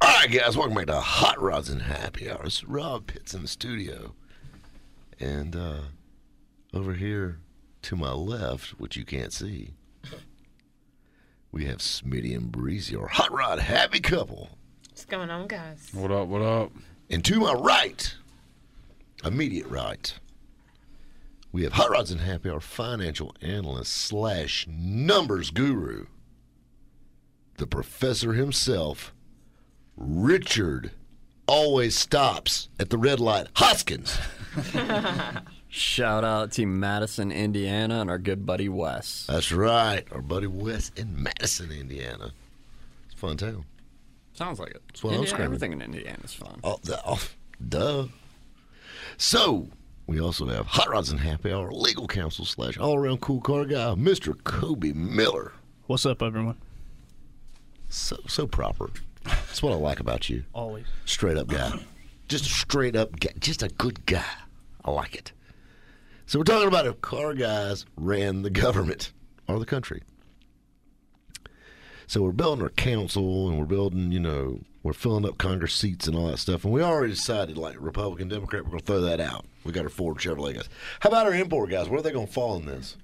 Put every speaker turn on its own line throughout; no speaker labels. All right, guys, welcome back to Hot Rods and Happy Hour. It's Rob Pitts in the studio. And uh, over here to my left, which you can't see, we have Smitty and Breezy, our Hot Rod Happy couple.
What's going on, guys?
What up? What up?
And to my right, immediate right, we have Hot Rods and Happy, our financial analyst slash numbers guru, the professor himself, Richard. Always stops at the red light. Hoskins.
Shout out to Madison, Indiana, and our good buddy Wes.
That's right. Our buddy Wes in Madison, Indiana. It's a fun town.
Sounds like it. That's
what I'm screaming.
Everything in Indiana's fun.
Oh, the, oh, duh. So, we also have Hot Rods and Happy Hour legal counsel slash all around cool car guy, Mr. Kobe Miller.
What's up, everyone?
So, so proper. That's what I like about you.
Always.
Straight up guy. Just a straight up guy. Just a good guy. I like it. So, we're talking about if car guys ran the government or the country. So we're building our council and we're building, you know, we're filling up Congress seats and all that stuff. And we already decided, like Republican, Democrat, we're going to throw that out. We got our Ford Chevrolet guys. How about our import guys? Where are they going to fall in this?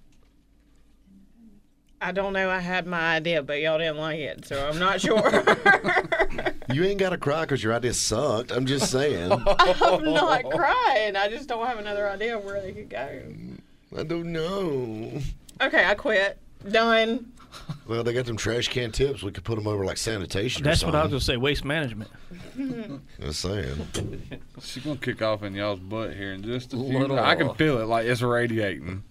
I don't know. I had my idea, but y'all didn't like it, so I'm not sure.
You ain't got to cry because your idea sucked. I'm just saying.
I'm not crying. I just don't have another idea of where they could go.
I don't know.
Okay, I quit. Done.
Well, they got them trash can tips. We could put them over like sanitation.
That's
or
what I
something.
was gonna say. Waste management.
Just saying.
She's gonna kick off in y'all's butt here in just a few.
Little-
I can feel it like it's radiating.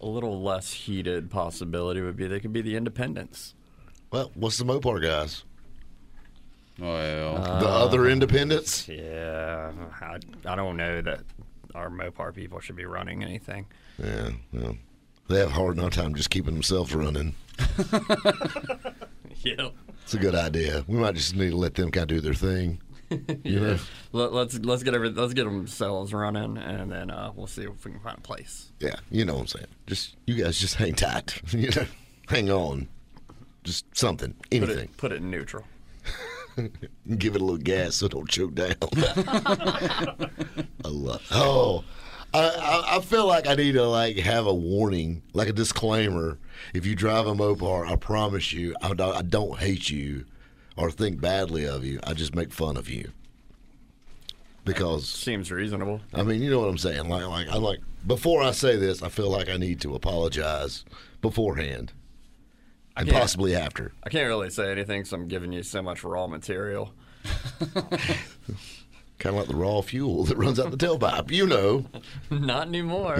A little less heated possibility would be they could be the independents.
Well, what's the Mopar guys?
Well,
The
Uh,
other independents?
Yeah, I, I don't know that our Mopar people should be running anything.
Yeah, yeah. They have a hard enough time just keeping themselves running.
Yeah.
It's a good idea. We might just need to let them kind of do their thing. You know?
Let, let's let's get every, let's get themselves running, and then uh, we'll see if we can find a place.
Yeah, you know what I'm saying. Just you guys just hang tight. You know, hang on. Just something,
Put
anything.
it, put it in neutral.
Give it a little gas so it don't choke down. I love. Oh, I, I I feel like I need to like have a warning, like a disclaimer. If you drive a Mopar, I promise you, I don't, I don't hate you or think badly of you. I just make fun of you because
Seems reasonable.
I mean, you know what I'm saying. Like, like, I'm like, before I say this, I feel like I need to apologize beforehand, and
can't-
possibly after.
I can't really say anything, so I'm giving you so much raw material.
Kind of like the raw fuel that runs out the tailpipe, you know.
Not anymore.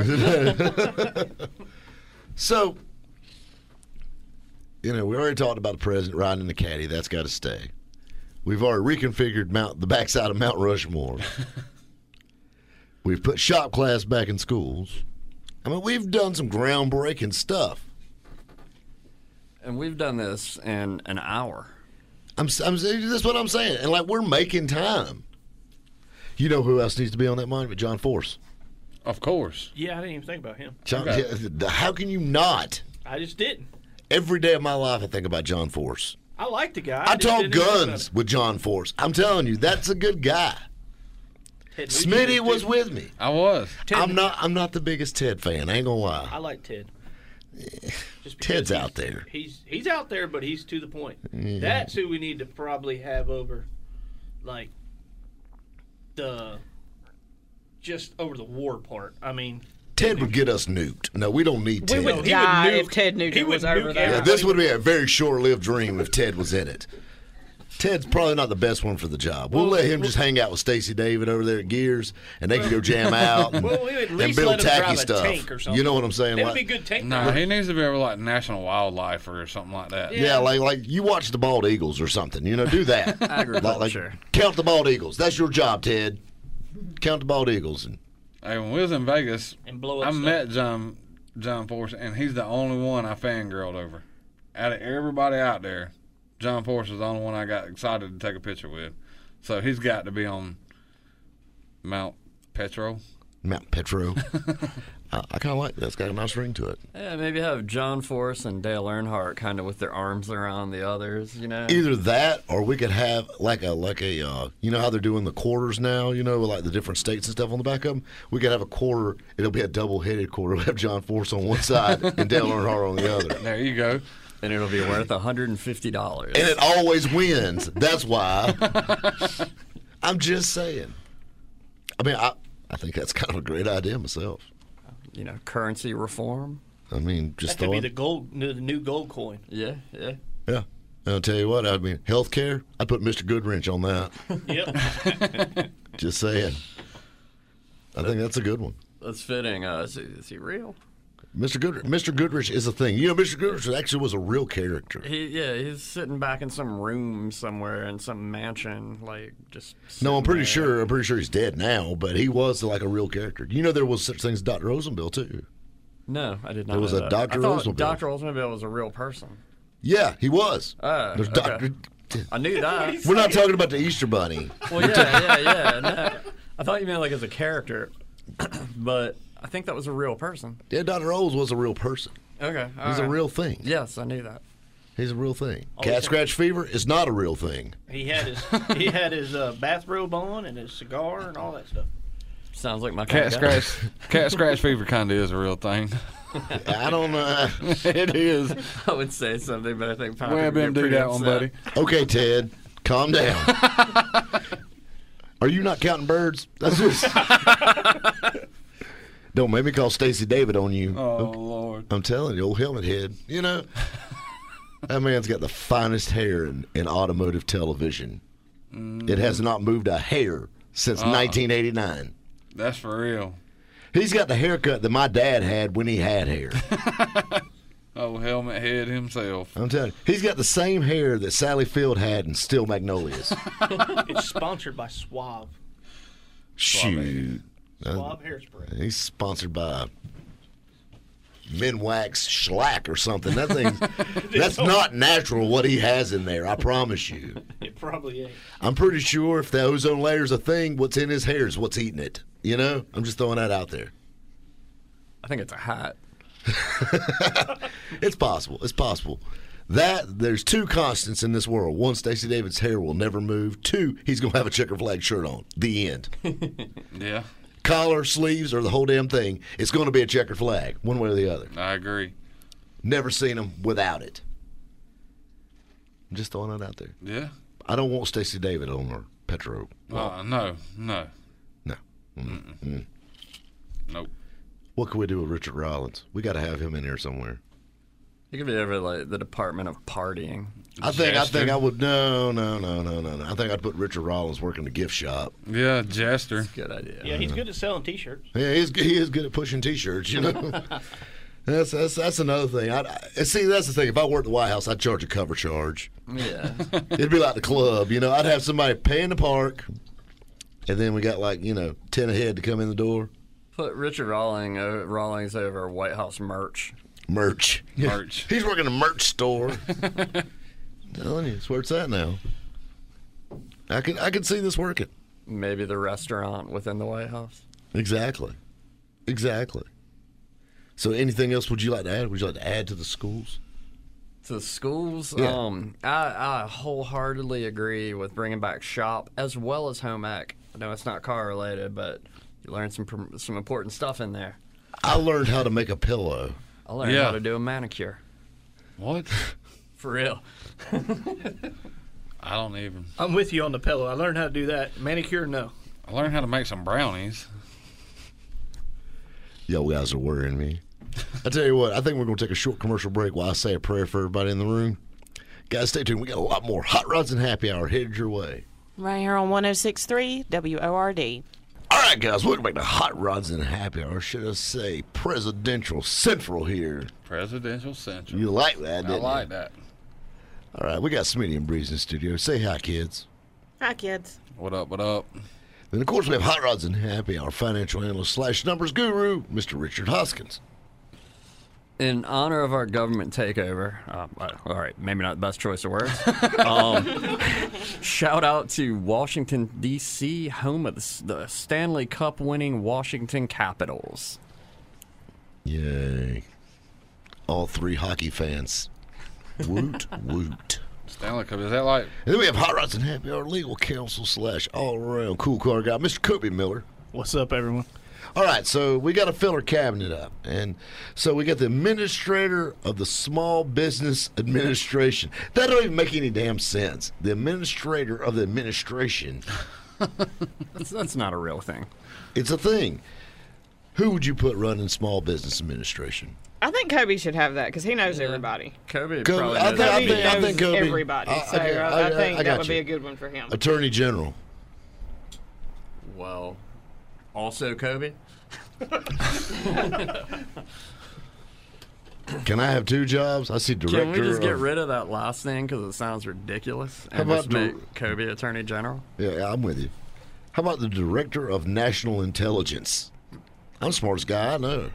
So, you know, we already talked about the president riding in the caddy. That's got to stay. We've already reconfigured Mount the backside of Mount Rushmore. we've put shop class back in schools. I mean, we've done some groundbreaking stuff.
and we've done this in an hour.
I'm, s- I'm s- that's what I'm saying, and like we're making time. You know who else needs to be on that monument? John Force.
of course.
Yeah, I didn't even think about him.
John,
Okay.
yeah, the- how can you not?
I just didn't.
Every day of my life, I think about John Force.
I like the guy.
I,
just
talk
didn't think about
guns
him.
with John Force. I'm telling you, that's a good guy.
Ted Nugent
Smitty was
too.
with me.
I was.
Ted
I'm
Nugent.
not. I'm not the biggest Ted fan. I ain't gonna lie.
I like Ted. Just because
Ted's
he's-
out there.
He's he's out there, but he's to the point. That's who we need to probably have over, like the just over the war part. I mean,
Ted would get us nuked. No, we don't need Ted.
We would
he would
die
nuke-
if Ted
he
Nugent
would
was over
nuke
there.
yeah, this would be a very short-lived dream if Ted was in it. Ted's probably not the best one for the job. We'll let him just hang out with Stacy David over there at Gears, and they can go jam out and,
Well, we would at
and
least
build
let him
tacky
drive a
stuff.
tank or something.
You know what I'm saying?
That would
Like-
be a good tank.
No,
ride.
he needs to be over like National Wildlife or something like that.
Yeah, like like you watch the bald eagles or something. You know, do that. Like,
Agriculture.
like, count the bald eagles. That's your job, Ted. Count the bald eagles. And
Hey, when we was in Vegas,
And blow up
I
stuff.
met John John Force, and he's the only one I fangirled over. Out of everybody out there, John Force is the only one I got excited to take a picture with. So he's got to be on Mount Petro.
Mount Petro. I, I kind of like that. It's got a nice ring to it.
Yeah, maybe have John Force and Dale Earnhardt kind of with their arms around the others, you know?
Either that, or we could have like a like a uh, you know how they're doing the quarters now. You know, with, like the different states and stuff on the back of them. We could have a quarter. It'll be a double headed quarter. We'll have John Force on one side and Dale Earnhardt on the other.
There you go.
And it'll be worth $150.
and it always wins. That's why. I'm just saying. I mean, I, I think that's kind of a great idea myself.
you know, currency reform.
I mean, just
That could be
throwing.
the gold, new- the new gold coin.
Yeah, yeah.
yeah. And I'll tell you what. I mean, healthcare. I put Mr. Goodwrench on that.
Yep.
Just saying. I think that's a good one.
That's fitting. Uh, is, he, is he real?
Mr. Goodrich, Mr. Goodrich is a thing. You know, Mr. Goodrich actually was a real character.
He, yeah, he's sitting back in some room somewhere in some mansion, like just.
No, I'm
sitting
pretty
there.
sure. I'm pretty sure he's dead now, but he was like a real character. You know, there was such things as Dr. Rosenbill too.
No, I did not.
There was
know
a
that.
Dr.
I thought
Oldsmobile.
Dr. Oldsmobile was a real person.
Yeah, he was.
Ah,
Oh,
There's
okay.
Dr.
I knew that.
We're not talking about the Easter Bunny.
well, yeah, yeah, yeah. No, I thought you meant like as a character, but I think that was a real person.
Yeah, Dr. Oz was a real person.
Okay, all
He's a
right.
real thing.
Yes, I knew that.
He's a real thing. Cat
okay.
scratch fever is not a real thing.
he had his he had his uh, bathrobe on and his cigar and all that stuff.
Sounds like my kind
Cat
of guy.
scratch, cat scratch fever kind of is a real thing.
I don't know.
it is.
I would say something, but I think Patrick would
Web
get
him do
pretty
that one,
upset.
buddy.
Okay, Ted, calm down. Are you not counting birds? That's just. don't make me call Stacy David on you.
Oh Lord.
I'm telling you, old helmet head. You know, that man's got the finest hair in, in automotive television. It has not moved a hair since 1989.
That's for real.
He's got the haircut that my dad had when he had hair.
Oh, helmet head himself.
I'm telling you, he's got the same hair that Sally Field had in Steel Magnolias.
It's sponsored by Suave.
Shoot.
Suave hairspray.
He's sponsored by Minwax Schlack or something. That thing's that's not natural what he has in there, I promise you.
It probably ain't.
I'm pretty sure if the ozone layer's a thing, what's in his hair is what's eating it. You know? I'm just throwing that out there.
I think it's a hat.
It's possible. It's possible. That there's two constants in this world. One, Stacy David's hair will never move. Two, he's gonna have a checker flag shirt on. The end.
Yeah,
Collar, sleeves, or the whole damn thing. It's gonna be a checker flag, one way or the other.
I agree.
Never seen him without it. I'm just throwing that out there.
Yeah.
I don't want Stacy David on our Petro.
Uh, no, no,
No. Mm.
nope.
What can we do with Richard Rollins? We got to have him in here somewhere.
He could be over like the Department of Partying.
I think I think
Jester.
I would no no no no no no. I think I'd put Richard Rollins working the gift shop.
Yeah, Jester.
Good idea.
Yeah, he's good at selling T-shirts.
Yeah, he's he is good at pushing T-shirts. You know, that's, that's that's another thing. I, I see that's the thing. If I worked at the White House, I'd charge a cover charge.
Yeah.
It'd be like the club. You know, I'd have somebody pay in the park, and then we got like you know ten ahead to come in the door.
Put Richard Rawling, uh, Rawlings over White House merch.
Merch.
Merch.
He's working a merch store. telling you, it's where it's at now. I could I could see this working.
Maybe the restaurant within the White House.
Exactly. Exactly. So anything else would you like to add? Would you like to add to the schools?
To schools,
Yeah.
um, I, I wholeheartedly agree with bringing back shop as well as home ec. I know it's not car related, but you learn some pr- some important stuff in there.
I learned how to make a pillow.
I learned
Yeah.
how to do a manicure.
What?
For real.
I don't even.
I'm with you on the pillow. I learned how to do that. Manicure, no.
I learned how to make some brownies.
Y'all guys are worrying me. I tell you what, I think we're gonna take a short commercial break while I say a prayer for everybody in the room. Guys, stay tuned. We got a lot more Hot Rods and Happy Hour headed your way.
Right here on 1063 WORD.
All right, guys, welcome back to Hot Rods and Happy Hour. Should I say Presidential Central here?
Presidential Central.
You like that,
I
didn't
like
you?
that.
All right, we got Smitty and Breeze in the studio. Say hi, kids.
Hi, kids.
What up? What up?
Then, of course, we have Hot Rods and Happy Hour financial analyst slash numbers guru, Mr. Richard Hoskins.
in honor of our government takeover, um, uh, all right, maybe not the best choice of words. um, shout out to Washington, D.C., home of the, S- the Stanley Cup winning Washington Capitals.
Yay. All three hockey fans. Woot, woot.
Stanley Cup. Is that like
And then we have Hot Rods and Happy Hour legal counsel slash all around cool car guy, Mr. Kobe Miller.
What's up, everyone?
All right, so we got to fill our cabinet up. And so we got the administrator of the Small Business Administration. That don't even make any damn sense. The administrator of the administration.
That's, that's not a real thing.
It's a thing. Who would you put running Small Business Administration?
I think Kobe should have that because he knows everybody.
Kobe,
Kobe-
probably
I
knows
think- I
that.
Kobe
think-
knows
Kobe-
everybody,
I-
so uh,
okay,
I, I
I-
think
I got
that would be
you.
a good one for him.
Attorney General.
Well, also Kobe.
Can I have two jobs? I see director.
Can we just get
of-
rid of that last thing because it sounds ridiculous?
uh, How
And
about
just
the-
make Kobe Attorney General?
Yeah, I'm with you. How about the director of national intelligence? I'm the smartest guy I know.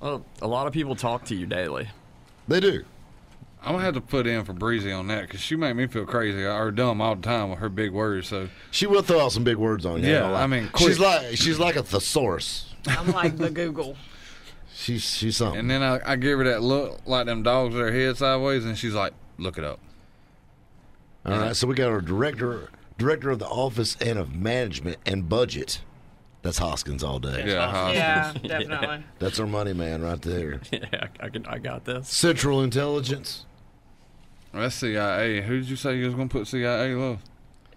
Well, a lot of people talk to you daily.
They do.
I'm gonna have to put in for Breezy on that because she made me feel crazy or dumb all the time with her big words. So
She will throw out some big words on you.
Yeah,
ain't gonna lie.
I mean,
she's
quick.
like she's like a thesaurus.
I'm like the Google.
She's she's something.
and then I, I give her that look like them dogs with their head sideways, and she's like, "Look it up."
All right, so we got our director director of the office and of management and budget. That's Hoskins all day.
Yeah, huh?
Yeah, definitely.
That's our money man right there.
yeah, I, can, I got this.
Central intelligence.
That's CIA. Who did you say you was gonna put CIA love?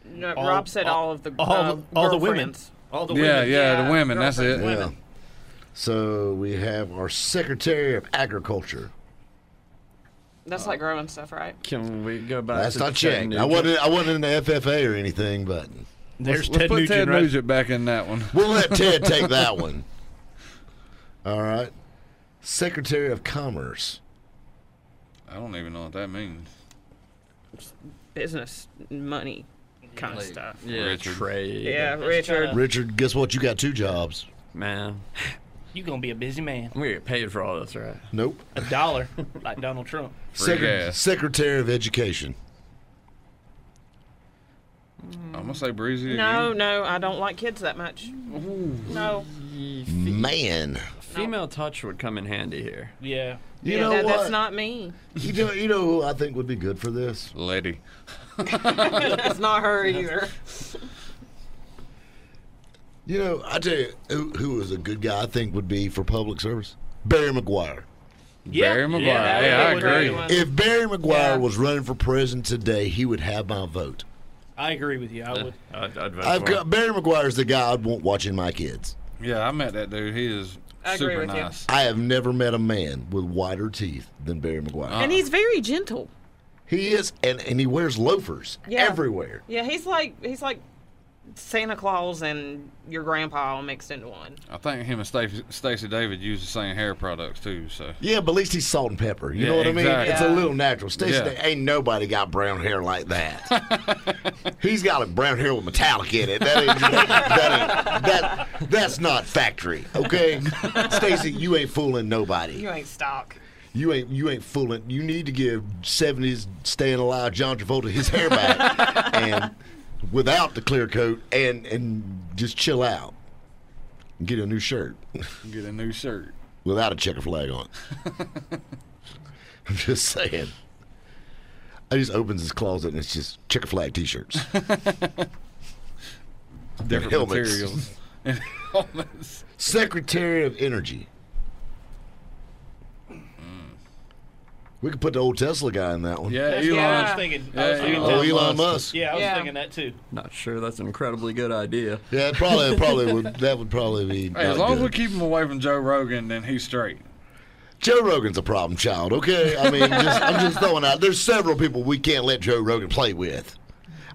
No, Rob said all of the
all
uh,
Um,
the- all the women.
girlfriends.
All the
Yeah,
women.
yeah,
yeah,
the women. That's it.
girlfriends.
Yeah.
Women.
So we have our Secretary of Agriculture.
That's like growing stuff, right?
Can we go back?
That's
to
not
Ted
checked. I
Nugent?
wasn't I wasn't in the FFA or anything, but
There's
Let's
Ted
put
Nugent.
Ted
right?
Nugent back in that one.
We'll let Ted take that one. All right. Secretary of Commerce.
I don't even know what that means.
Business, money, kind of stuff.
Yeah,
Richard.
trade.
Yeah, Richard.
Richard, guess what? You got two jobs.
Man,
You're going to be a busy man.
I'm gonna get paid for all this, right?
Nope.
A dollar, like Donald Trump.
gas.
Secretary of Education.
I'm gonna say Breezy.
No,
again.
no, I don't like kids that much. No.
Man.
Female touch would come in handy here.
Yeah.
You
Yeah,
know
that-
what?
that's not me.
you, know, you know who I think would be good for this?
lady.
That's not her either.
You know, I tell you, who, who is a good guy I think would be for public service? Barry McGuire.
Yeah.
Barry McGuire. Yeah, I
Yeah, that would be a
agree.
great one.
If Barry McGuire
Yeah.
was running for president today, he would have my vote.
I agree with you. I would.
I'd, I'd vote
I've
for
got,
him.
Barry McGuire's the guy I'd want watching my kids.
Yeah, I met that dude. He is
I agree
super
with you.
nice.
I have never met a man with whiter teeth than Barry McGuire.
Uh-huh.
And he's very gentle.
He is, and, and he wears loafers
Yeah.
everywhere.
Yeah, he's like he's like Santa Claus and your grandpa all mixed into one.
I think him and Stacey, Stacey David use the same hair products too. So
Yeah, but at least he's salt and pepper. You
Yeah,
know what I mean?
exactly.
It's a little natural. Stacey,
Yeah.
Da- ain't nobody got brown hair like that. he's got a brown hair with metallic in it. That ain't, that ain't, that, that's not factory, okay? Stacey, you ain't fooling nobody.
You ain't stock.
You ain't you ain't fooling. You need to give '70s staying alive John Travolta his hair back, and without the clear coat, and and just chill out, get a new shirt.
get a new shirt.
without a checker flag on. it. I'm just saying. He just opens his closet and it's just checker flag T-shirts.
Different
helmets.
materials. And helmets.
Secretary of Energy. We could put the old Tesla guy in that one.
Yeah,
That's
Elon.
what I
Yeah.
was thinking. I
Ah. Yeah,
was thinking
Oh,
that.
Elon Musk.
Yeah, I was
Yeah.
thinking that too.
Not sure that's an incredibly good idea.
Yeah, it probably, it probably would. That would probably be.
Hey,
not
as long as we
good.
keep him away from Joe Rogan, then he's straight.
Joe Rogan's a problem child, okay? I mean, just, I'm just throwing out. There's several people we can't let Joe Rogan play with.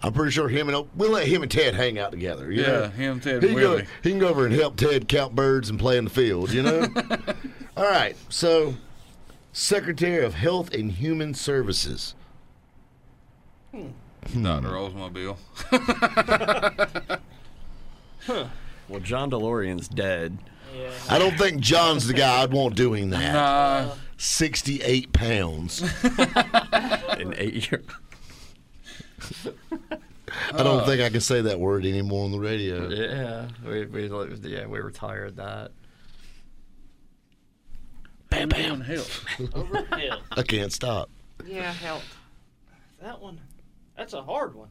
I'm pretty sure him and we'll let him and Ted hang out together. you
Yeah,
know?
him, Ted,
He
and
can, go,
Willie.
he can go over and help Ted count birds and play in the field. You know. All right. So, Secretary of Health and Human Services. Hmm.
Dr. Oldsmobile.
Well, John DeLorean's dead.
Yeah.
I don't think John's the guy I'd want doing that.
Uh,
68 pounds.
An eight year.
I
Oh.
don't think I can say that word anymore on the radio.
Yeah, we we like, yeah we retired that.
bam, bam. Help.
Over hell.
I can't stop.
Yeah, help.
That one. That's a hard one.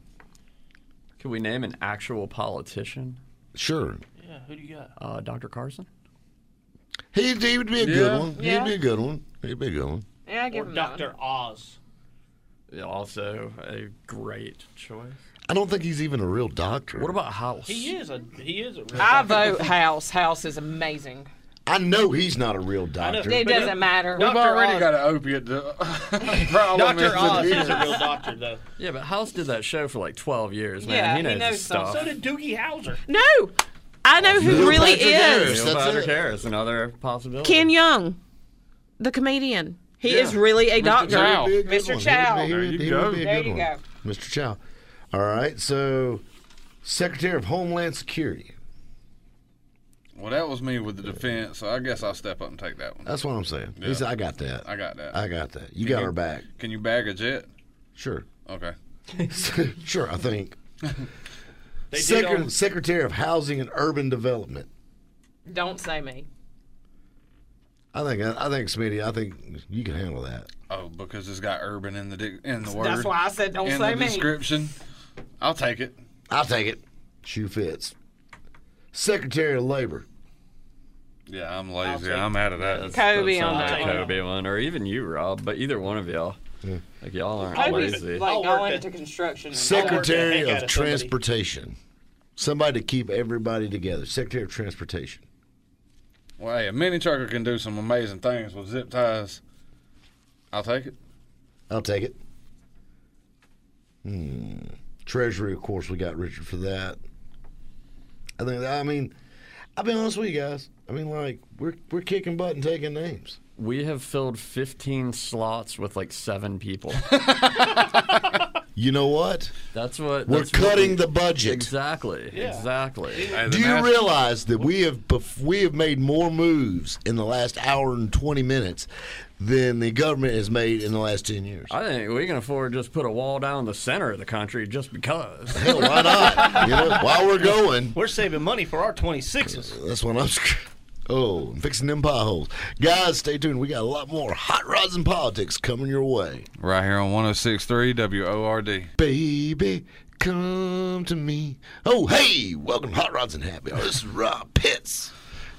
Could we name an actual politician?
Sure.
Yeah. Who do you got?
Uh, Dr. Carson.
He, he would be a
Yeah.
good one.
Yeah.
He'd be a good one. He'd be a good one.
Yeah, I
Or
give him that
Doctor Oz.
Yeah, Also a great choice.
I don't think he's even a real doctor.
What about House?
He is a he is a real.
one. I vote House. House is amazing.
I know he's not a real
know.
doctor.
It doesn't matter.
We've
Doctor
already
Oz.
got an opiate do- problem. is
Doctor
that
Oz
he-
is a real doctor though.
Yeah, but House did that show for like 12 years, man.
Yeah,
he
he
knows, his
knows some-
stuff.
So did Doogie Howser.
No, I know who
Neil
really
Patrick
is.
Harris.
Neil
That's
Patrick
it.
Harris, another possibility.
Ken Young, the comedian. He
Yeah.
is really a doctor.
Chow.
He'd be a good
Mr.
one. He would be-
Chow.
he
There
would-
you
he
go.
would be a
There
good
you
one.
go.
Mr. Chow. All right. So, Secretary of Homeland Security.
Well, that was me with the defense, so I guess I'll step up and take that one.
That's what I'm saying. He said, I got that.
I got that.
Uh, I got that. You got
you-
our back.
Can you bag a jet?
Sure.
Okay.
sure, I think.
They did
Secret-
on-
Secretary of Housing and Urban Development.
Don't say me.
I think I think Smitty. I think you can handle that.
Oh, because it's got urban in the dic- in the word.
That's why I said don't
in
say
the
me.
description. I'll take it.
I'll take it. Shoe fits. Secretary of Labor.
Yeah, I'm lazy. I'm out of
Kobe
that.
That's
on
not
that
a
one.
Kobe one, or even you, Rob. But either one of y'all, like y'all aren't
Kobe's
lazy.
like
I'll
going
work
into
it.
construction. and
Secretary
heck out
of
of somebody.
Transportation. Somebody to keep everybody together. Secretary of Transportation.
Well, hey, a mini trucker can do some amazing things with zip ties. I'll take it.
I'll take it. Hmm. Treasury, of course, we got Richard for that. I think. I mean, I'll be honest with you guys. I mean, like we're we're kicking butt and taking names.
We have filled 15 slots with like seven people.
You know what?
That's what
We're
that's what
cutting
we-
the budget.
Exactly, exactly.
Hey, the
Do you
nat-
realize that we have bef- we have made more moves in the last hour and twenty minutes than the government has made in the last ten years?
I think we can afford to just put a wall down the center of the country just because.
Hell, why not? You know, while we're going,
We're saving money for our 26s.
that's when I'm. sc- Oh, I'm fixing them potholes, guys. Stay tuned. We got a lot more hot rods and politics coming your way,
Right here on 106.3 WORD.
baby. Come to me. Oh, hey, welcome to Hot Rods and Happy Hour. This is Rob Pitts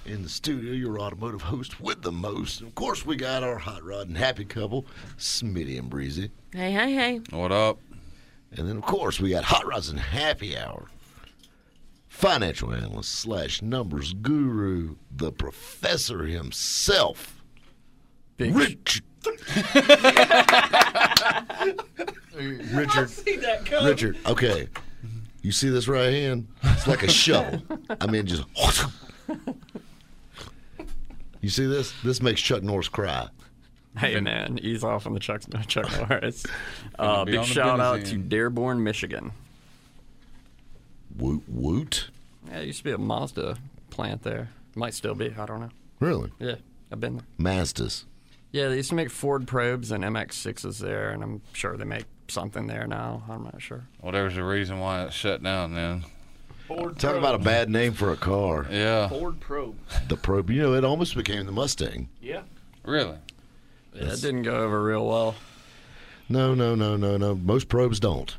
in the studio, your automotive host with the most. And of course, we got our Hot Rod and Happy couple, Smitty and Breezy.
Hey, hey, hey.
What up?
And then, of course, we got Hot Rods and Happy Hour. Financial analyst slash numbers guru, the professor himself,
Big,
Richard. Richard.
See that coming?
Richard. Okay. You see this right hand? It's like a shovel. I mean, just. You see this? This makes Chuck Norris cry.
hey man, ease off on the Chuck Chuck Norris. Uh,
be
big
on the
shout out
business
to
end.
Dearborn, Michigan.
Woot woot.
Yeah, it used to be a Mazda plant there. Might still be. I don't know.
Really?
Yeah, I've been there.
Masters.
Yeah, they used to make Ford Probes and MX6s there, and I'm sure they make something there now. I'm not sure.
Well, there's a reason why it's shut down then.
Ford
Talk
Probe.
about a bad name for a car.
Yeah.
Ford Probe.
The probe. You know, it almost became the Mustang.
Yeah.
Really?
Yeah, that didn't go over real well.
No, no, no, no, no. Most probes don't.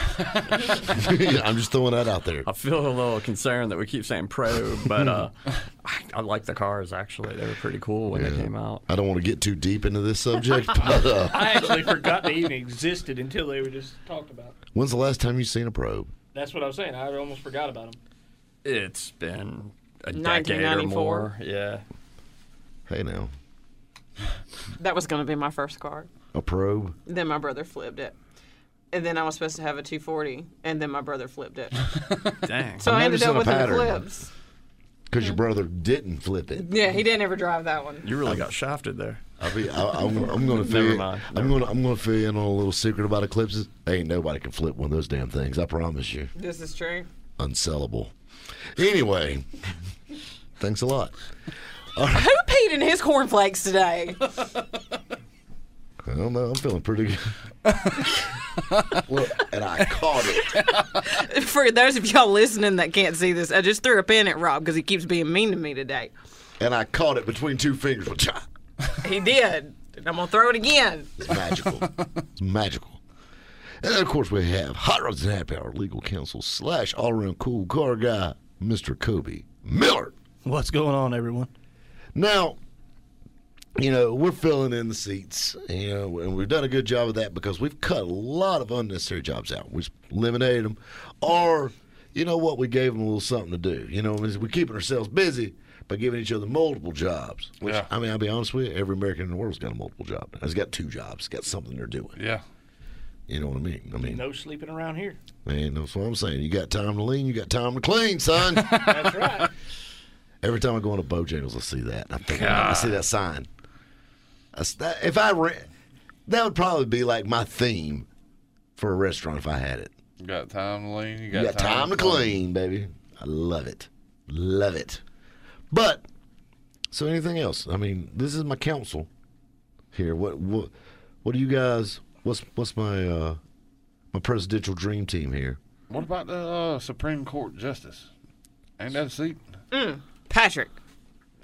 I'm just throwing that out there.
I feel a little concerned that we keep saying probe, but uh, I, I like the cars actually. They were pretty cool when they came out.
I don't want to get too deep into this subject, but uh,
I actually forgot they even existed until they were just talked about.
when's the last time you seen a probe?
That's what I was saying. I almost forgot about them.
It's been a decade or
1994.
more. Yeah,
Hey, now.
That was going to be my first card.
A probe.
Then my brother flipped it. And then I was supposed to have a 240, and then my brother flipped it.
Dang.
So I ended
noticing
up
a
with the
pattern.
flips.
Because your brother didn't flip it.
Yeah, he didn't ever drive that one.
You really got shafted there.
I'll be, I, I'm, I'm gonna fill.
Never
you-
mind.
I'm gonna I'm gonna fill you in on a little secret about eclipses. Ain't nobody can flip one of those damn things. I promise you,
This is true.
unsellable. Anyway, thanks a lot.
Who peed in his cornflakes today?
I don't know. I'm feeling pretty good. Look, and I caught it.
For those of y'all listening that can't see this, I just threw a pin at Rob because he keeps being mean to me today.
And I caught it between two fingers.
He did. And I'm going to throw it again.
It's magical. it's magical. And then, of course, we have Hot Rods and Happy Hour legal counsel slash all around cool car guy, Mr. Kobe Miller.
What's going on, everyone?
Now, you know, we're filling in the seats, you know, and we've done a good job of that because we've cut a lot of unnecessary jobs out. We've eliminated them. Or, you know what, we gave them a little something to do. You know, we're keeping ourselves busy by giving each other multiple jobs. Which,
Yeah.
I mean, I'll be honest with you, every American in the world's got a multiple job. It's got two jobs, it's got something they're doing.
Yeah.
You know what I mean? I mean,
No sleeping around here.
man, that's what I'm saying. You got time to lean, you got time to clean, son.
That's right.
Every time I go into Bojangles, I see that. I think I see that sign. That's- that- if I re- that would probably be like my theme for a restaurant if I had it.
You got time to lean. You got,
You got time to clean, baby. I love it, love it. But so anything else? I mean, this is my counsel here. What what what do you guys? What's what's my uh my presidential dream team here?
What about the uh, Supreme Court justice? Ain't that a seat?
Patrick,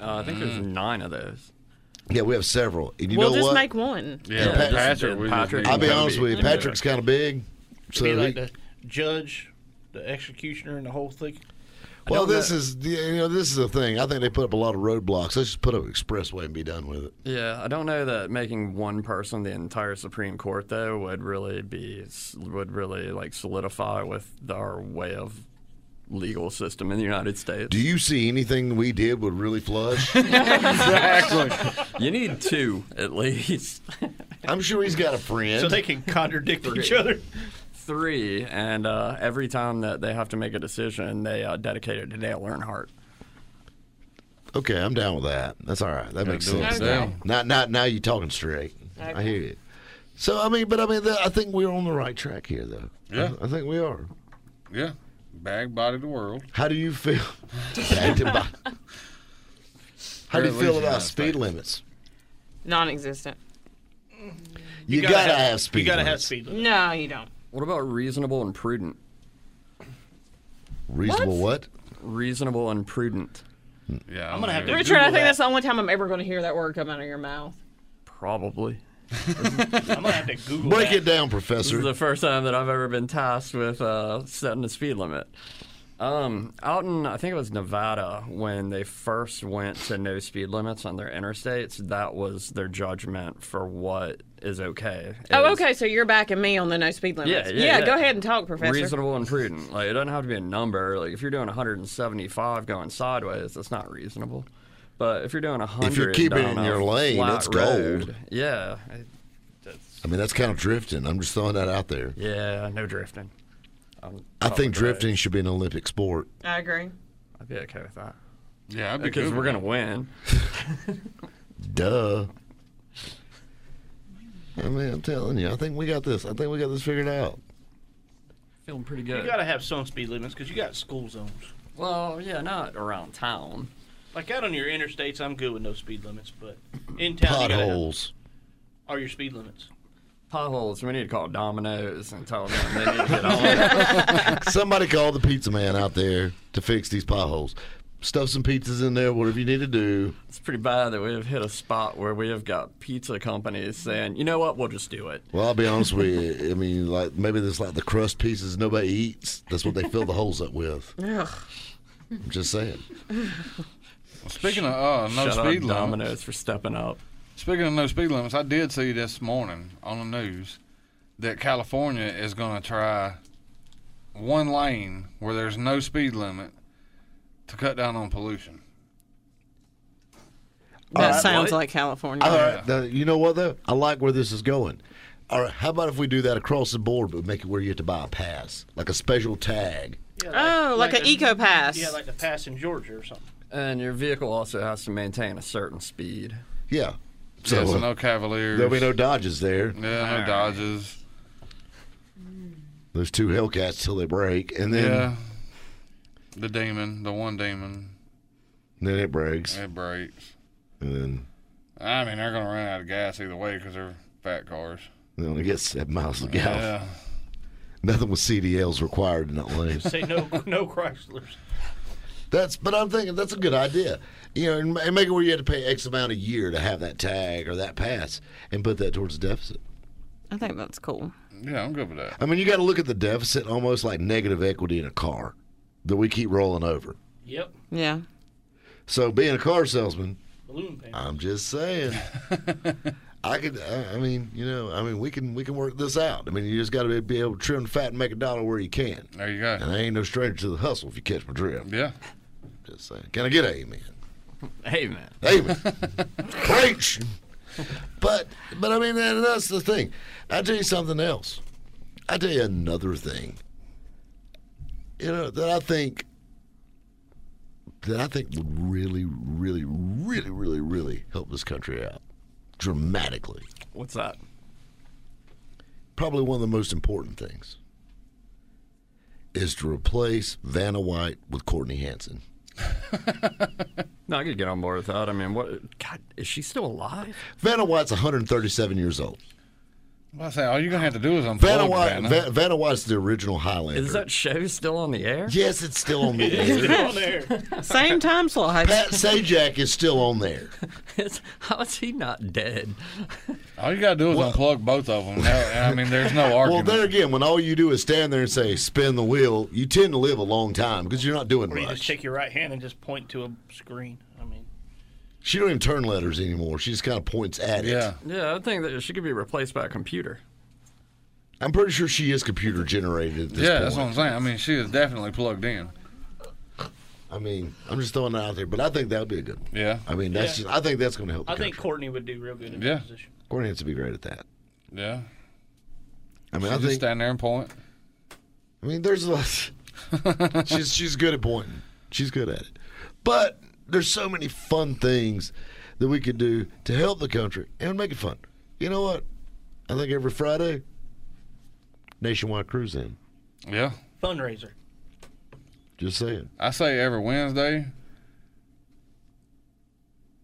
Uh, I think there's nine of those.
Yeah, we have several. And you
we'll
know
just
what?
make one.
Yeah,
Yeah, just
Patrick.
did
we
Patrick.
Just
I'll
need
be
one.
honest with you. Patrick's kind of big. So
be
he-
like the judge, the executioner, and the whole thing.
Well, this is the- you know this is the thing. I think they put up a lot of roadblocks. Let's just put up an expressway and be done with it.
Yeah, I don't know that making one person the entire Supreme Court though would really be would really like solidify with our way of legal system in the United States.
Do you see anything we did would really flush?
Exactly.
You need two at least,
I'm sure he's got a friend.
So they can contradict each other.
three, and uh, every time that they have to make a decision, they uh, dedicate it to Dale Earnhardt.
okay, I'm down with that. That's all right. That makes
do it
sense.
down.
Now, now, now you're talking straight. I hear you. So I mean, but I mean, I think we're on the right track here, though.
Yeah.
I, I think we are.
yeah. Bag body the world.
How do you feel? Back to my- How do you feel
Or at least
about
United
speed
States.
limits?
non existent.
You, gotta, have, speed.
You gotta have
limits.
speed limits.
No, you don't.
What about reasonable and prudent?
Reasonable what?
Reasonable and prudent,
Yeah.
I'm gonna have to
read
Richard, I
Google
think
that.
that's the only time I'm ever going to hear that word come out of your mouth.
probably.
I'm gonna have to Google
Break
that.
it down,
This
Professor.
is the first time that I've ever been tasked with uh, setting the speed limit. Um, out in, I think it was Nevada, when they first went to no speed limits on their interstates, that was their judgment for what is okay.
Oh,
is
okay. So you're backing me on the no speed limits.
Yeah, yeah, yeah.
go ahead and talk, Professor.
Reasonable and prudent. Like, it doesn't have to be a number. Like, if you're doing 175 going sideways, that's not reasonable. But if you're doing 100,
keeping it
down
in
a
your lane,
flat
it's gold.
road, Yeah.
I mean, that's kind of drifting. I'm just throwing that out there.
Yeah, no drifting.
I think
Probably.
drifting should be an Olympic sport.
I agree.
I'd be okay with that.
Yeah, I'd be
Because
good
we're
with
going to win.
Duh. I mean, I'm telling you, I think we got this. I think we got this figured out.
Feeling pretty
You
good.
gotta have some speed limits because you got school zones.
Well, yeah, not around town.
Like out on your interstates, I'm good with no speed limits, but in town, you gotta have-
Potholes.
are your speed limits.
Potholes. We need to call Domino's and tell them they need to get on it.
Somebody call the pizza man out there to fix these potholes. Stuff some pizzas in there, whatever you need to do.
It's pretty bad that we have hit a spot where we have got pizza companies saying, you know what, we'll just do it.
Well, I'll be honest with you. I mean, like maybe there's like the crust pieces nobody eats. That's what they fill the holes up with. I'm just saying.
Speaking of uh, no
Shout
speed
out
limits.
Domino's for stepping up.
Speaking of no speed limits, I did see this morning on the news that California is going to try one lane where there's no speed limit to cut down on pollution.
That
right,
sounds
what?
like California.
All right, now, you know what though? I like where this is going. All right, how about if we do that across the board, but make it where you have to buy a pass, like a special tag?
Yeah,
Oh, like, an
a-
eco pass.
Yeah, like a pass in Georgia or something.
And your vehicle also has to maintain a certain speed.
Yeah. So
Yeah, so no Cavaliers.
there'll be no Dodges there.
yeah, no Dodges.
There's two Hellcats till they break, and then
Yeah. The demon, the one demon,
then it breaks,
it breaks.
and then
I mean, they're gonna run out of gas either way because they're fat cars.
they only get seven miles a gallon.
Yeah,
Nothing with CDLs required in that lane.
Say no, no Chryslers.
That's, but I'm thinking that's a good idea. You know, and, ma- and make it where you had to pay X amount a year to have that tag or that pass, and put that towards the deficit.
I think that's cool.
yeah, I'm good with that.
I mean, you got to look at the deficit almost like negative equity in a car that we keep rolling over.
Yep,
Yeah.
So, being a car salesman,
balloon payment.
I'm just saying. I could. I I mean, you know. I mean, we can. We can work this out. I mean, you just got to be able to trim fat and make a dollar where you can.
There you go.
And I ain't no stranger to the hustle. If you catch my drift,
Yeah,
just saying. Can I get an amen?
Hey, man.
Amen. Preach. But but I mean that, that's the thing. I tell you something else. I tell you another thing. You know that I think that I think would really really really really really help this country out dramatically.
What's that?
Probably one of the most important things is to replace Vanna White with Courtney Hanson.
No, I could get on board with that. I mean, what? God, is she still alive?
Vanna White's 137 years old.
well, I say all you're gonna have to do is unplug
Vanna
Vanna.
White, Va- Vanna White's the original Highlander.
Is that show still on the air?
Yes, it's still on the air.
on there.
Same time slot.
Pat Sajak is still on there.
It's- How is he not dead?
all you gotta do is unplug both of them. No, I mean, there's no
Well,
argument.
there again, when all you do is stand there and say "spin the wheel," you tend to live a long time because you're not doing
Or you just
much.
take your right hand and just point to a screen. I mean,
She don't even turn letters anymore. She just kind of points at it.
yeah,
Yeah, I think that she could be replaced by a computer.
I'm pretty sure she is computer generated at this
yeah,
point.
that's what I'm saying. I mean, she is definitely plugged in.
I mean, I'm just throwing that out there, but I think that would be a good. One.
Yeah,
I mean, that's
Yeah.
just, I think that's going to help. The
I think
country.
Courtney would do real good in
Yeah.
that position.
Courtney has to be great at that.
yeah.
I mean,
You
I
just
think.
stand there and point.
I mean, there's a lot. she's she's good at pointing. She's good at it. But there's so many fun things that we could do to help the country and make it fun. You know what? I think every Friday, nationwide cruise in.
Yeah,
Fundraiser.
Just saying.
I say every Wednesday.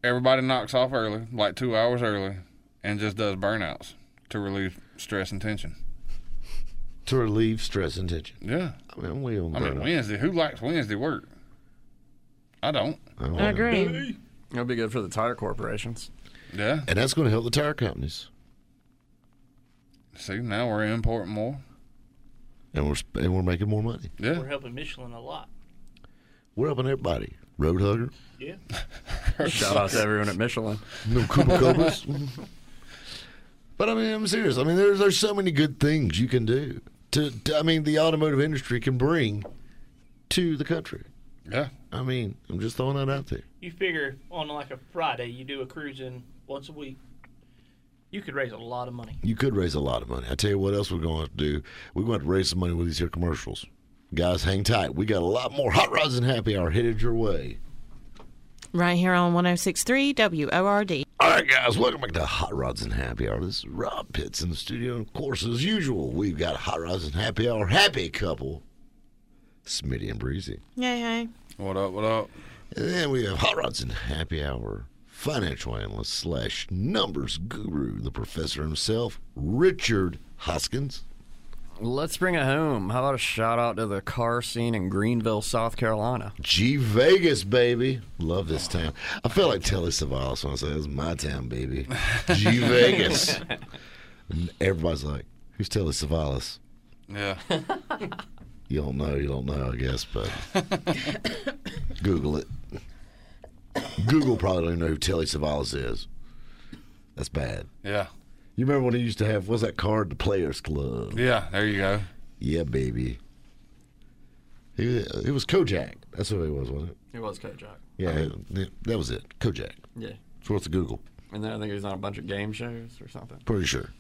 Everybody knocks off early, like two hours early, and just does burnouts to relieve stress and tension.
To relieve stress and tension.
Yeah,
I mean, we on
I mean
burnout.
Wednesday. Who likes Wednesday work? I don't.
I don't
I
know.
agree.
It'll be good for the tire corporations.
Yeah.
And that's going to help the tire companies.
See, now we're importing more.
And we're sp- and we're making more money.
Yeah.
We're helping Michelin a lot.
We're helping everybody. Road hugger,
Yeah.
Shout out to everyone at Michelin.
no Cuba Cobras. but I mean, I'm serious. I mean, there's there's so many good things you can do. To, to I mean, the automotive industry can bring to the country.
Yeah.
I mean, I'm just throwing that out there.
You figure on like a Friday, you do a cruise in once a week. You could raise a lot of money.
You could raise a lot of money. I tell you what else we're going to have to do. We're going to have to raise some money with these here commercials. Guys, hang tight. We got a lot more hot rods and happy hour headed your way.
Right here on 1063 WORD.
All right, guys, welcome back to Hot Rods and Happy Hour. This is Rob Pitts in the studio. And of course, as usual, we've got Hot Rods and Happy Hour happy couple, Smitty and Breezy.
Yay, yay.
What up? What up?
And then we have Hot Rods and Happy Hour financial analyst slash numbers guru, the professor himself, Richard Hoskins.
Let's bring it home. How about a shout out to the car scene in Greenville, South Carolina?
G Vegas, baby. Love this town. I feel like Telly Savalas when I say it's my town, baby. G Vegas. And everybody's like, who's Telly Savalas?
Yeah.
You don't know, you don't know, I guess, but Google it. Google probably don't even know who Telly Savalas is. That's bad.
yeah.
You remember when he used to have what's that card, the Players Club?
Yeah. There you go.
Yeah, baby. He was, it was Kojak. That's what it was, wasn't it?
It was Kojak.
Yeah, that was it. Kojak.
Yeah.
So what's the Google?
And then I think he was on a bunch of game shows or something.
Pretty sure.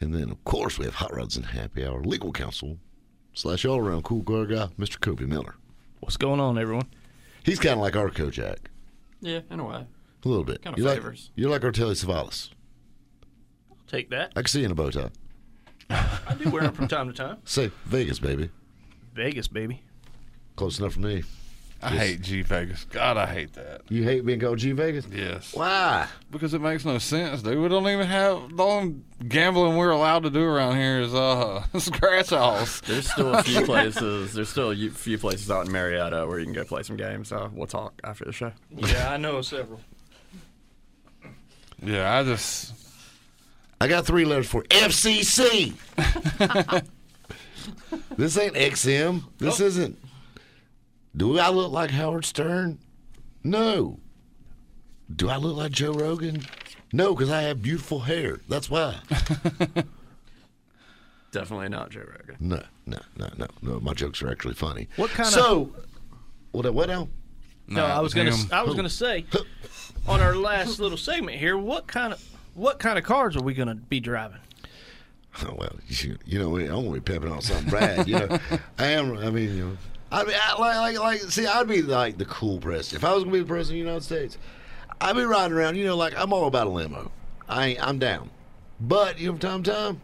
And then, of course, we have Hot Rods and Happy Hour legal counsel slash all around cool guy guy, Mr. Kobe Miller.
What's going on, everyone?
He's kind of like our Kojak,
Yeah, in a way.
a little bit.
Kinda
you're
favors.
Like, you're like Artelio Savalas.
Take that.
I can see you in a bow tie.
I do wear them from time to time.
Say Vegas, baby.
Vegas, baby.
Close enough for me.
I hate G Vegas. God, I hate that.
You hate being called G Vegas? Ah,
Yes.
Why?
Because it makes no sense, dude. We don't even have the only gambling we're allowed to do around here is uh scratch offs.
There's still a few places. There's still a y- few places out in Marietta where you can go play some games. So we'll talk after the show.
Yeah, I know several.
Yeah, I just
I got three letters for you. FCC. this ain't XM. This
Oh.
isn't. Do I look like Howard Stern? No. Do I look like Joe Rogan? No, because I have beautiful hair. That's why.
Definitely not Joe Rogan.
No, no, no, no, no. My jokes are actually funny.
What kind of-
so, of? So, what? What now?
No, I was gonna. s-
him.
I was gonna say, on our last little segment here, what kind of what kind of cars are we gonna be driving?
Oh, well, you, you know, I'm gonna be pimping on something bad. You know, I am. I mean, you know, I mean, I, like, like, like, see, I'd be like the cool president. If I was gonna be the president of the United States, I'd be riding around. You know, like I'm all about a limo. I ain't, I'm down. But you know, from time to time,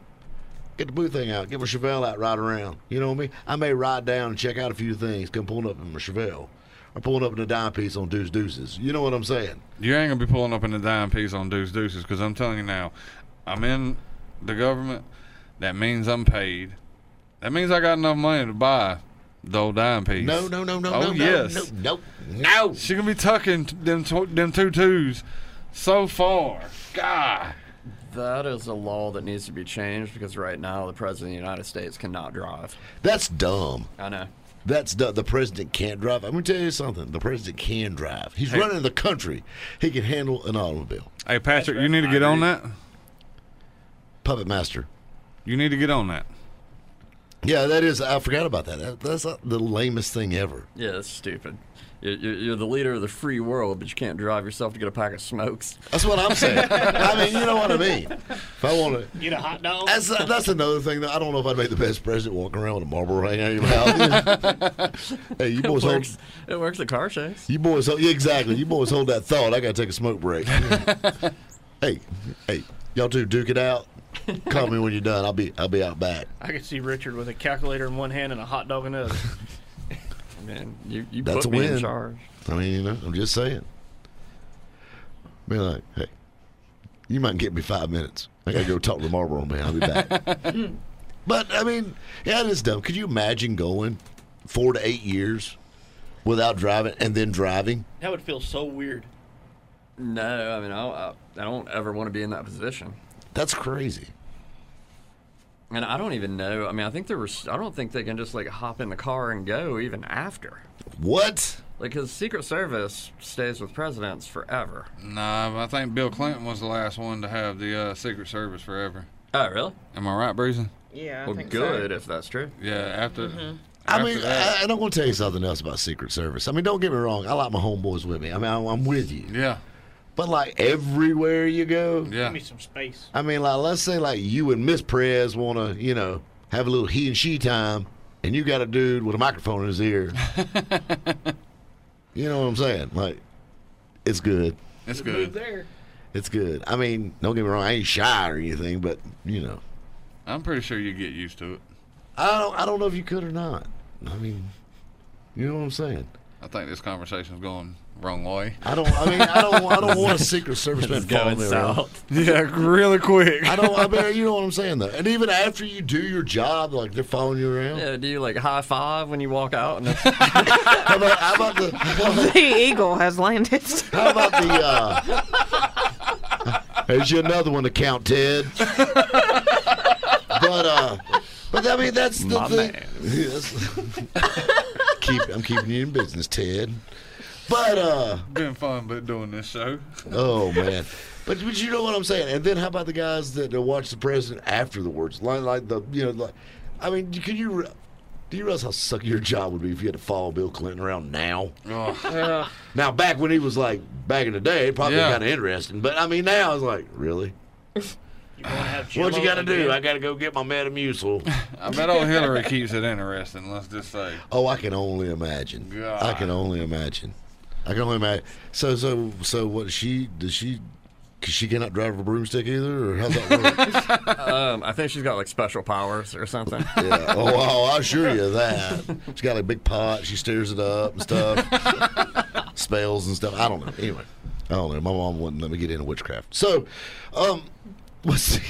get the blue thing out, get my Chevelle out, ride around. You know what I mean? I may ride down and check out a few things. Come pulling up in my Chevelle, or pulling up in a dime piece on Deuce Deuces. You know what I'm saying?
You ain't gonna be pulling up in the dime piece on Deuce Deuces because I'm telling you now, I'm in the government. That means I'm paid. That means I got enough money to buy the old dime piece.
No, no, no, no,
Oh,
no,
yes.
no, no, no, no.
She gonna be tucking t- them tw- them two twos so far. God,
That is a law that needs to be changed because right now the president of the United States cannot drive.
That's dumb.
I know.
That's the, the president can't drive. I'm gonna tell you something. The president can drive. He's running the country. He can handle an automobile.
hey Patrick, you need to get on that.
Puppet master.
You need to get on that.
Yeah, that is. I forgot about that. that that's uh, the lamest thing ever.
Yeah, that's stupid. You're, you're the leader of the free world, but you can't drive yourself to get a pack of smokes.
That's what I'm saying. I mean, you know what I mean. If I want to.
Get a hot dog.
That's, that's another thing. Though. I don't know if I'd make the best president walking around with a Marlboro hanging out of your mouth. hey, you boys,
it,
hold,
works, it works at car shows.
you boys, hold, yeah, exactly. You boys hold that thought. I gotta take a smoke break. hey, hey, y'all two, duke it out. Call me when you're done. I'll be, I'll be out back.
I could see Richard with a calculator in one hand and a hot dog in the other.
I mean, you, you
That's
put
a
me in
win.
charge.
I mean, you know, I'm just saying. Be like, hey, you might get me five minutes. I gotta go talk to the Marlboro man. I'll be back. but I mean, yeah, it is dumb. Could you imagine going four to eight years without driving and then driving?
That would feel so weird.
No, I mean, I, I, I don't ever want to be in that position.
That's crazy.
And I don't even know. I mean, I think there was. I don't think they can just like hop in the car and go even after.
What?
Like, his Secret Service stays with presidents forever.
Nah, but I think Bill Clinton was the last one to have the uh, Secret Service forever.
Oh, really?
Am I right, Breezen?
Yeah. I
Well,
think
good
So.
if that's true.
Yeah, after.
I
after
mean, uh,
that-
I, and I'm gonna tell you something else about Secret Service. I mean, don't get me wrong. I like my homeboys with me. I mean, I'm, I'm with you.
yeah,
But like everywhere you go,
yeah.
Give me some space.
I mean, like, let's say like you and Miss Perez want to, you know, have a little he and she time, and you got a dude with a microphone in his ear. you know what I'm saying? Like, it's good.
It's good.
Move there.
It's good. I mean, don't get me wrong. I ain't shy or anything, but you know,
I'm pretty sure you get used to it.
I don't. I don't know if you could or not. I mean, you know what I'm saying?
I think this conversation's going wrong way.
I don't. I mean, I don't. I don't want a Secret Service man
It's
following
going
me around.
south.
Yeah, really quick.
I don't. I mean, you know what I'm saying though. And even after you do your job, like they're following you around.
Yeah, do you like high five when you walk out? And it's,
How about, how about the?
The eagle has landed.
How about the? Uh, there's you another one to count, Ted. but uh, but I mean that's the
My
thing.
man.
Yes. Keep I'm keeping you in business, Ted. But uh,
been fun, but doing this show.
oh man. But, but you know what I'm saying, and then how about the guys that uh, watch the president after the words, like, like the you know, like, I mean, can you? re- Do you realize how sucky your job would be if you had to follow Bill Clinton around now? Now, back when he was like back in the day, it probably
Yeah.
kind of interesting. But I mean, now it's like, really?
You're gonna have
What you
Jell-O
got to do?
again.
I got to go get my Metamucil.
I bet old Hillary keeps it interesting. Let's just say.
oh, I can only imagine. I can only imagine. I can only imagine. So, so, so, what? She does she? Cause she cannot drive a broomstick either, or how's that work?
Um, I think she's got like special powers or something.
yeah. Oh, wow, I assure you that she's got like, a big pot. She stirs it up and stuff, spells and stuff. I don't know. Anyway, I don't know. My mom wouldn't let me get into witchcraft. So, um, let's see.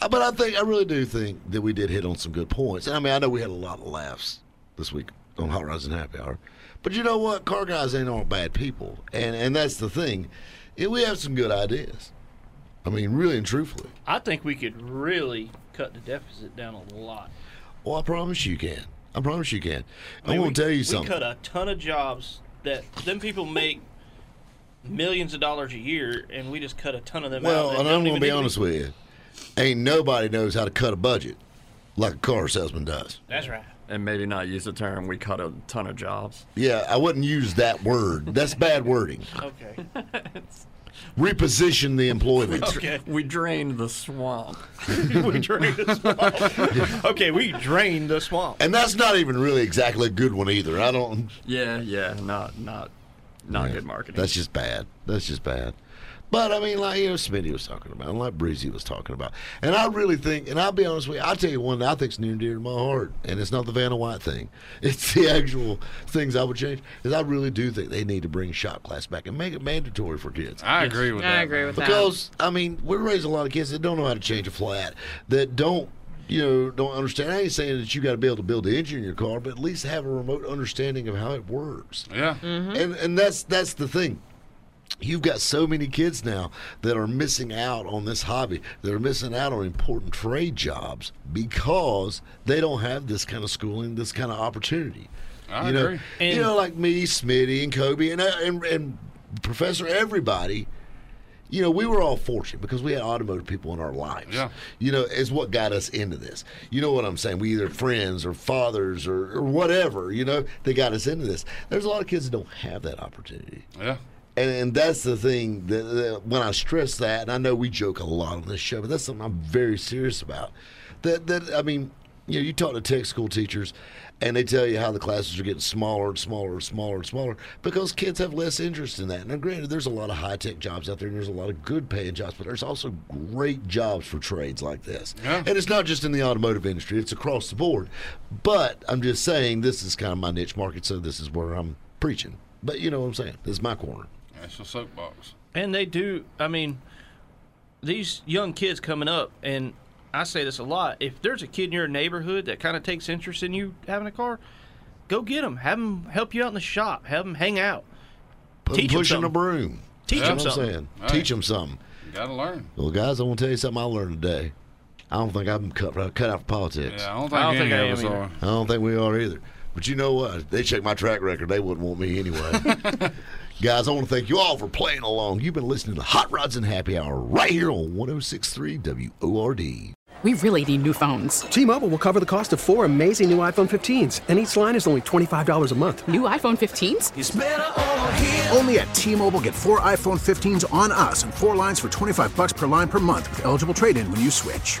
Uh, But I think I really do think that we did hit on some good points. And I mean, I know we had a lot of laughs this week on Hot Rods and Happy Hour. But you know what? Car guys ain't all bad people, and and that's the thing. Yeah, we have some good ideas. I mean, really and truthfully.
I think we could really cut the deficit down a lot.
Well, I promise you can. I promise you can. I,
I mean,
want to tell you
we
something.
cut a ton of jobs that them people make millions of dollars a year, and we just cut a ton of them out.
well,
that
and
don't
I'm going
even
to be
need
honest with you. Ain't nobody knows how to cut a budget like a car salesman does.
That's right.
and maybe not use the term we cut a ton of jobs.
Yeah, I wouldn't use that word. That's bad wording.
Okay.
Reposition the employment.
Okay.
We drained the swamp.
we drained the swamp. okay, we drained the swamp.
And that's not even really exactly a good one either. I don't.
Yeah, yeah, not not not good marketing.
That's just bad. That's just bad. But I mean, like you know, Smitty was talking about, and like Breezy was talking about, and I really think, and I'll be honest with you, I'll tell you one that I think's near and dear to my heart, and it's not the Vanna White thing. It's the actual things I would change. Is I really do think they need to bring shop class back and make it mandatory for kids.
I agree with that.
I agree with
Because I mean, we're raising a lot of kids that don't know how to change a flat, that don't, you know, don't understand. I ain't saying that you got to be able to build the engine in your car, but at least have a remote understanding of how it works
Yeah.
and and that's that's the thing. You've got so many kids now that are missing out on this hobby. They're missing out on important trade jobs because they don't have this kind of schooling, this kind of opportunity.
I
you know,
agree.
you know, like me, Smitty, and Kobe, and uh, and, and Professor, everybody. You know, we were all fortunate because we had automotive people in our lives.
Yeah.
You know, is what got us into this. You know what I'm saying? We either friends or fathers or, or whatever, you know, they got us into this. There's a lot of kids that don't have that opportunity.
Yeah.
And, and that's the thing that, that when I stress that, and I know we joke a lot on this show, but that's something I'm very serious about. That that I mean, you know, you talk to tech school teachers, and they tell you how the classes are getting smaller and smaller and smaller and smaller because kids have less interest in that. Now, granted, there's a lot of high tech jobs out there, and there's a lot of good paying jobs, but there's also great jobs for trades like this.
Yeah.
And it's not just in the automotive industry; it's across the board. But I'm just saying, this is kind of my niche market, so this is where I'm preaching. But you know what I'm saying? This is my corner.
It's a soapbox.
And they do. I mean, these young kids coming up, and I say this a lot. If there's a kid in your neighborhood that kind of takes interest in you having a car, go get them. Have them help you out in the shop. Have them hang out.
Put 'em
Teach 'em
pushing a
something.
broom.
Teach
You know
them
what I'm
something.
saying?
Right.
Teach them something.
You gotta learn.
Well, guys, I want to tell you something I learned today. I don't think I'm cut, uh, cut out for politics.
Yeah, I don't think,
I don't
any
think I
of us
am either.
are.
I don't think we are either. But you know what? They check my track record. They wouldn't want me anyway. Guys, I want to thank you all for playing along. You've been listening to Hot Rods and Happy Hour right here on 1063 WORD.
We really need new phones.
T-Mobile will cover the cost of four amazing new iPhone 15s, and each line is only $25 a month.
New iPhone 15s?
Only at T-Mobile, get four iPhone 15s on us and four lines for 25 bucks per line per month with eligible trade-in when you switch.